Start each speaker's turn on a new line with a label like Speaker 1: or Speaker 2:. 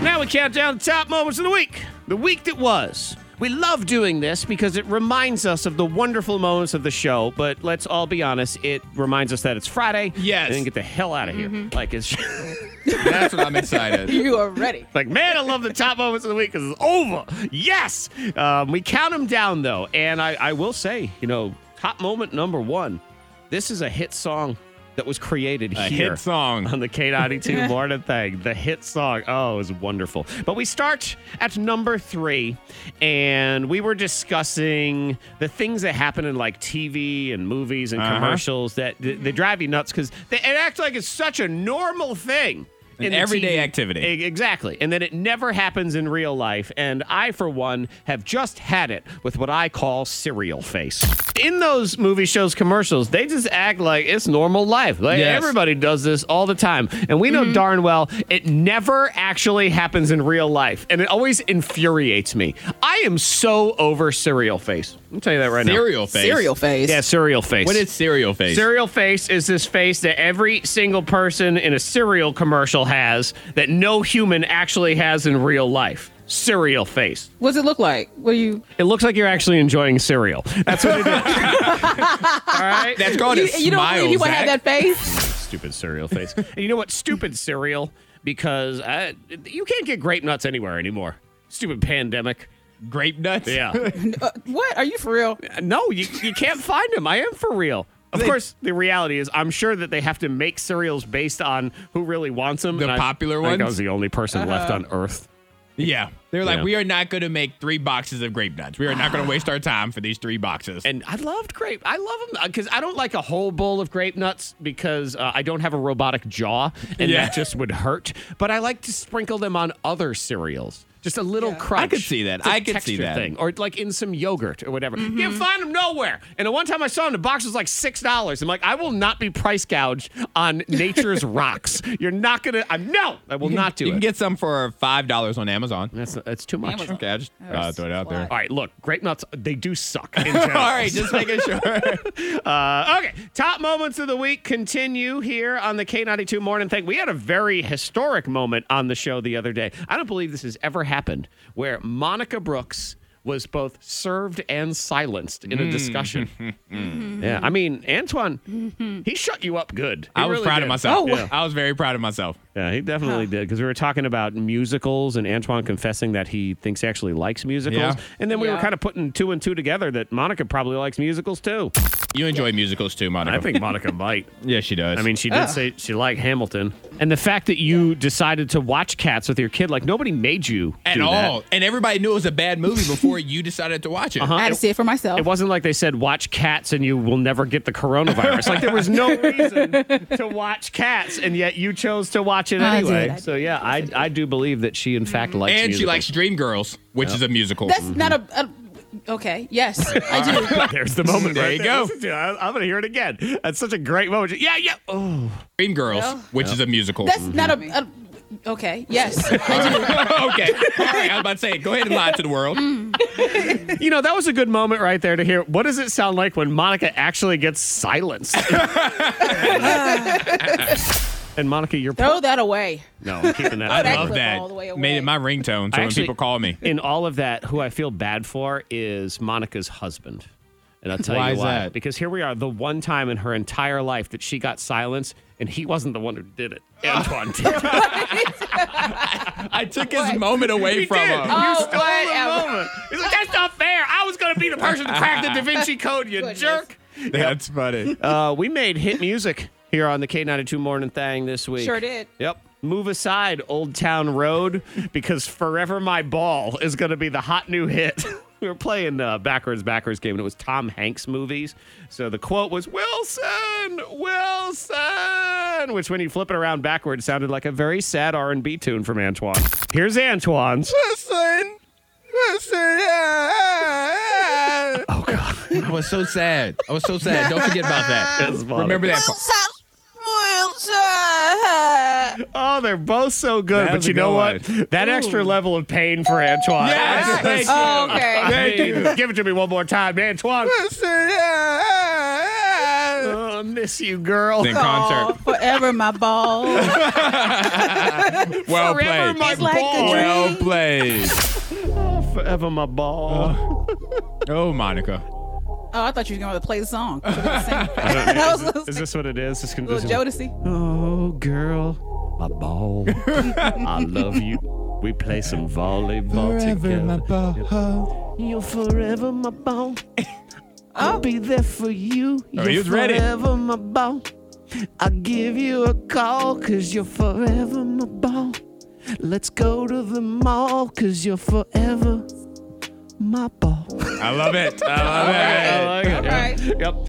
Speaker 1: we count down the top moments of the week, the week that was. We love doing this because it reminds us of the wonderful moments of the show, but let's all be honest, it reminds us that it's Friday.
Speaker 2: Yes.
Speaker 1: And then get the hell out of here. Like, it's
Speaker 2: That's what I'm excited.
Speaker 3: You are ready.
Speaker 1: like, man, I love the top moments of the week because it's over. Yes. Um, we count them down, though. And I, I will say, you know, top moment number one this is a hit song that was created
Speaker 2: A
Speaker 1: here.
Speaker 2: hit song.
Speaker 1: on the K92 morning thing. The hit song. Oh, it was wonderful. But we start at number three, and we were discussing the things that happen in like TV and movies and
Speaker 2: Uh-huh.
Speaker 1: commercials that th- they drive you nuts because they it acts like it's such a normal thing.
Speaker 2: An
Speaker 1: in the
Speaker 2: everyday activity.
Speaker 1: E- Exactly. And then it never happens in real life. And I, for one, have just had it with what I call cereal face. In those movie shows, commercials, they just act like it's normal life. Like
Speaker 2: Yes. Mm-hmm.
Speaker 1: everybody does this all the time. And we know darn well it never actually happens in real life. And it always infuriates me. I am so over cereal face. I'll tell you that right now.
Speaker 2: Cereal face.
Speaker 3: Cereal phase.
Speaker 1: Yeah, cereal face.
Speaker 2: What is cereal face?
Speaker 1: Cereal face is this face that every single person in a cereal commercial has that no human actually has in real life. Cereal face.
Speaker 3: What's it look like? What do you?
Speaker 1: It looks like you're actually enjoying cereal. That's what it is. All right.
Speaker 2: That's called
Speaker 3: You,
Speaker 2: a smile.
Speaker 3: you don't believe you would have
Speaker 2: Zach.
Speaker 3: that face?
Speaker 1: stupid cereal face. and you know what? Stupid cereal because uh, you can't get grape nuts anywhere anymore. Stupid pandemic.
Speaker 2: grape nuts.
Speaker 1: Yeah.
Speaker 3: Uh, what? Are you for real?
Speaker 1: No, you, you can't find them. I am for real. Of
Speaker 2: They-
Speaker 1: course, the reality is I'm sure that they have to make cereals based on who really wants them.
Speaker 2: The
Speaker 1: and I- I
Speaker 2: popular
Speaker 1: think I
Speaker 2: ones? Uh-huh.
Speaker 1: was the only person left on Earth.
Speaker 2: Yeah. They're like,
Speaker 1: Yeah.
Speaker 2: we are not going to make three boxes of grape nuts. We are not going to waste our time for these three boxes.
Speaker 1: And I loved grape. I love them because I don't like a whole bowl of grape nuts because uh, I don't have a robotic jaw and
Speaker 2: Yeah.
Speaker 1: that just would hurt. But I like to sprinkle them on other cereals. Just a little crunch.
Speaker 2: I could see that.
Speaker 1: It's a
Speaker 2: I could see
Speaker 1: texture
Speaker 2: that.
Speaker 1: Thing. Or like in some yogurt or whatever. You can find them nowhere. And the one time I saw them, the box was like $6. I'm like, I will not be price gouged on nature's rocks. You're not going to, I'm no, I will not do
Speaker 2: you
Speaker 1: it.
Speaker 2: can get some for $5 on Amazon.
Speaker 1: that's, that's too much.
Speaker 3: Amazon.
Speaker 2: Okay, I just
Speaker 3: That
Speaker 2: uh,
Speaker 3: was
Speaker 2: throw it out there.
Speaker 3: a
Speaker 1: All right, look, grape nuts, they do suck. In general.
Speaker 2: All right, just making sure.
Speaker 1: Uh, okay, top moments of the week continue here on the K92 Morning Thing. We had a very historic moment on the show the other day. I don't believe this has ever happened where Monica Brooks was both served and silenced
Speaker 2: Mm.
Speaker 1: in a discussion. Yeah, I mean, Antoine, he shut you up good. He
Speaker 2: I was
Speaker 1: really
Speaker 2: proud
Speaker 1: did.
Speaker 2: of myself.
Speaker 3: Oh, wow.
Speaker 2: I was very proud of myself.
Speaker 1: Yeah, he definitely did because we were talking about musicals and Antoine confessing that he thinks he actually likes musicals.
Speaker 2: Yeah.
Speaker 1: And then we were
Speaker 3: Yeah.
Speaker 1: kind of putting two and two together that Monica probably likes musicals too.
Speaker 2: You enjoy musicals too, Monica.
Speaker 1: I think Monica might.
Speaker 2: Yeah, she does.
Speaker 1: I mean, she did say she liked Hamilton, and the fact that you decided to watch Cats with your kid, like nobody made you
Speaker 2: at
Speaker 1: do that.
Speaker 2: all. And everybody knew it was a bad movie before you decided to watch it.
Speaker 1: Uh-huh.
Speaker 3: I had to see it for myself.
Speaker 1: It wasn't like they said watch Cats and you will never get the coronavirus. like there was no reason to watch Cats, and yet you chose to watch it
Speaker 3: I did,
Speaker 1: anyway.
Speaker 3: I did.
Speaker 1: So yeah, I I do believe that she in fact likes
Speaker 2: And she
Speaker 1: musicals.
Speaker 2: likes Dreamgirls, which is a musical.
Speaker 3: That's not a, a. Okay. Yes, I do.
Speaker 1: There's the moment.
Speaker 2: There
Speaker 1: right
Speaker 2: you
Speaker 1: there.
Speaker 2: go.
Speaker 1: Listen to it. I, I'm gonna hear it again. That's such a great moment. Yeah, yeah. Oh,
Speaker 2: Dreamgirls, which is a musical.
Speaker 3: That's
Speaker 1: Mm-hmm.
Speaker 3: not a. a okay. Yes, I do.
Speaker 2: okay. All right, I was about to say, go ahead and lie to the world.
Speaker 3: Mm.
Speaker 1: you know that was a good moment right there to hear. What does it sound like when Monica actually gets silenced? and Monica, you're
Speaker 3: Throw that away.
Speaker 1: No, I'm keeping that.
Speaker 2: I
Speaker 3: that
Speaker 2: love
Speaker 3: clip
Speaker 2: that.
Speaker 3: all the way
Speaker 2: Made
Speaker 3: away.
Speaker 2: it my ringtone. So
Speaker 1: I
Speaker 2: when
Speaker 1: actually-
Speaker 2: people call me,
Speaker 1: In all of that, who I feel bad for is Monica's husband. And I'll tell
Speaker 2: Why
Speaker 1: you
Speaker 2: is
Speaker 1: why.
Speaker 2: that?
Speaker 1: Because here we are, the one time in her entire life that she got silence, and he wasn't the one who did it. Antoine did.
Speaker 2: I took his moment away
Speaker 1: He
Speaker 2: from
Speaker 1: did.
Speaker 2: him.
Speaker 1: You
Speaker 3: Oh,
Speaker 1: stole the
Speaker 3: whatever.
Speaker 1: moment. He's like, that's not fair. I was going to be the person to crack the Da Vinci Code, you
Speaker 3: Goodness.
Speaker 1: jerk.
Speaker 2: That's funny.
Speaker 1: Uh, we made hit music here on the K92 Morning Thing this week.
Speaker 3: Sure did.
Speaker 1: Yep. Move aside, Old Town Road, because Forever My Ball is going to be the hot new hit. we were playing uh, backwards, backwards game, and it was Tom Hanks movies. So the quote was Wilson, Wilson, which when you flip it around backwards sounded like a very sad R&B tune from Antoine. Here's Antoine's.
Speaker 2: Listen, listen. Oh God, I was so sad. I was so sad. Don't forget about that.
Speaker 1: That's Monica.
Speaker 2: Remember that. part.
Speaker 1: Oh, they're both so good,
Speaker 2: That
Speaker 1: but
Speaker 2: was
Speaker 1: you
Speaker 2: a
Speaker 1: know
Speaker 2: good
Speaker 1: what? That extra level of pain for Antoine.
Speaker 2: Yes, thank you.
Speaker 3: Oh, okay.
Speaker 1: Thank you. Give it to me one more time, Antoine.
Speaker 2: Listen.
Speaker 1: gonna Oh, miss you, girl.
Speaker 2: Then
Speaker 3: Aw,
Speaker 2: concert.
Speaker 3: Oh, forever my ball.
Speaker 2: Well
Speaker 1: Forever
Speaker 2: played.
Speaker 1: my
Speaker 3: It's like a
Speaker 1: ball.
Speaker 3: dream.
Speaker 2: well played.
Speaker 1: Oh, Forever my
Speaker 2: Uh,
Speaker 1: ball.
Speaker 2: Oh, Monica.
Speaker 3: Oh, I thought you were going to play the song. I was gonna
Speaker 1: is
Speaker 3: sing
Speaker 1: this what it is? This, con-
Speaker 3: little
Speaker 1: this-
Speaker 3: Jodeci.
Speaker 1: Oh, girl, my ball. I love you. We play some volleyball together. You're forever my ball.
Speaker 3: Oh.
Speaker 1: I'll be there for you.
Speaker 2: Oh,
Speaker 1: you're
Speaker 2: he was ready.
Speaker 1: forever my ball. I'll give you a call because you're forever my ball. Let's go to the mall because you're forever my ball.
Speaker 2: I love it. I love it.
Speaker 1: like it.
Speaker 3: All right.
Speaker 1: Yep.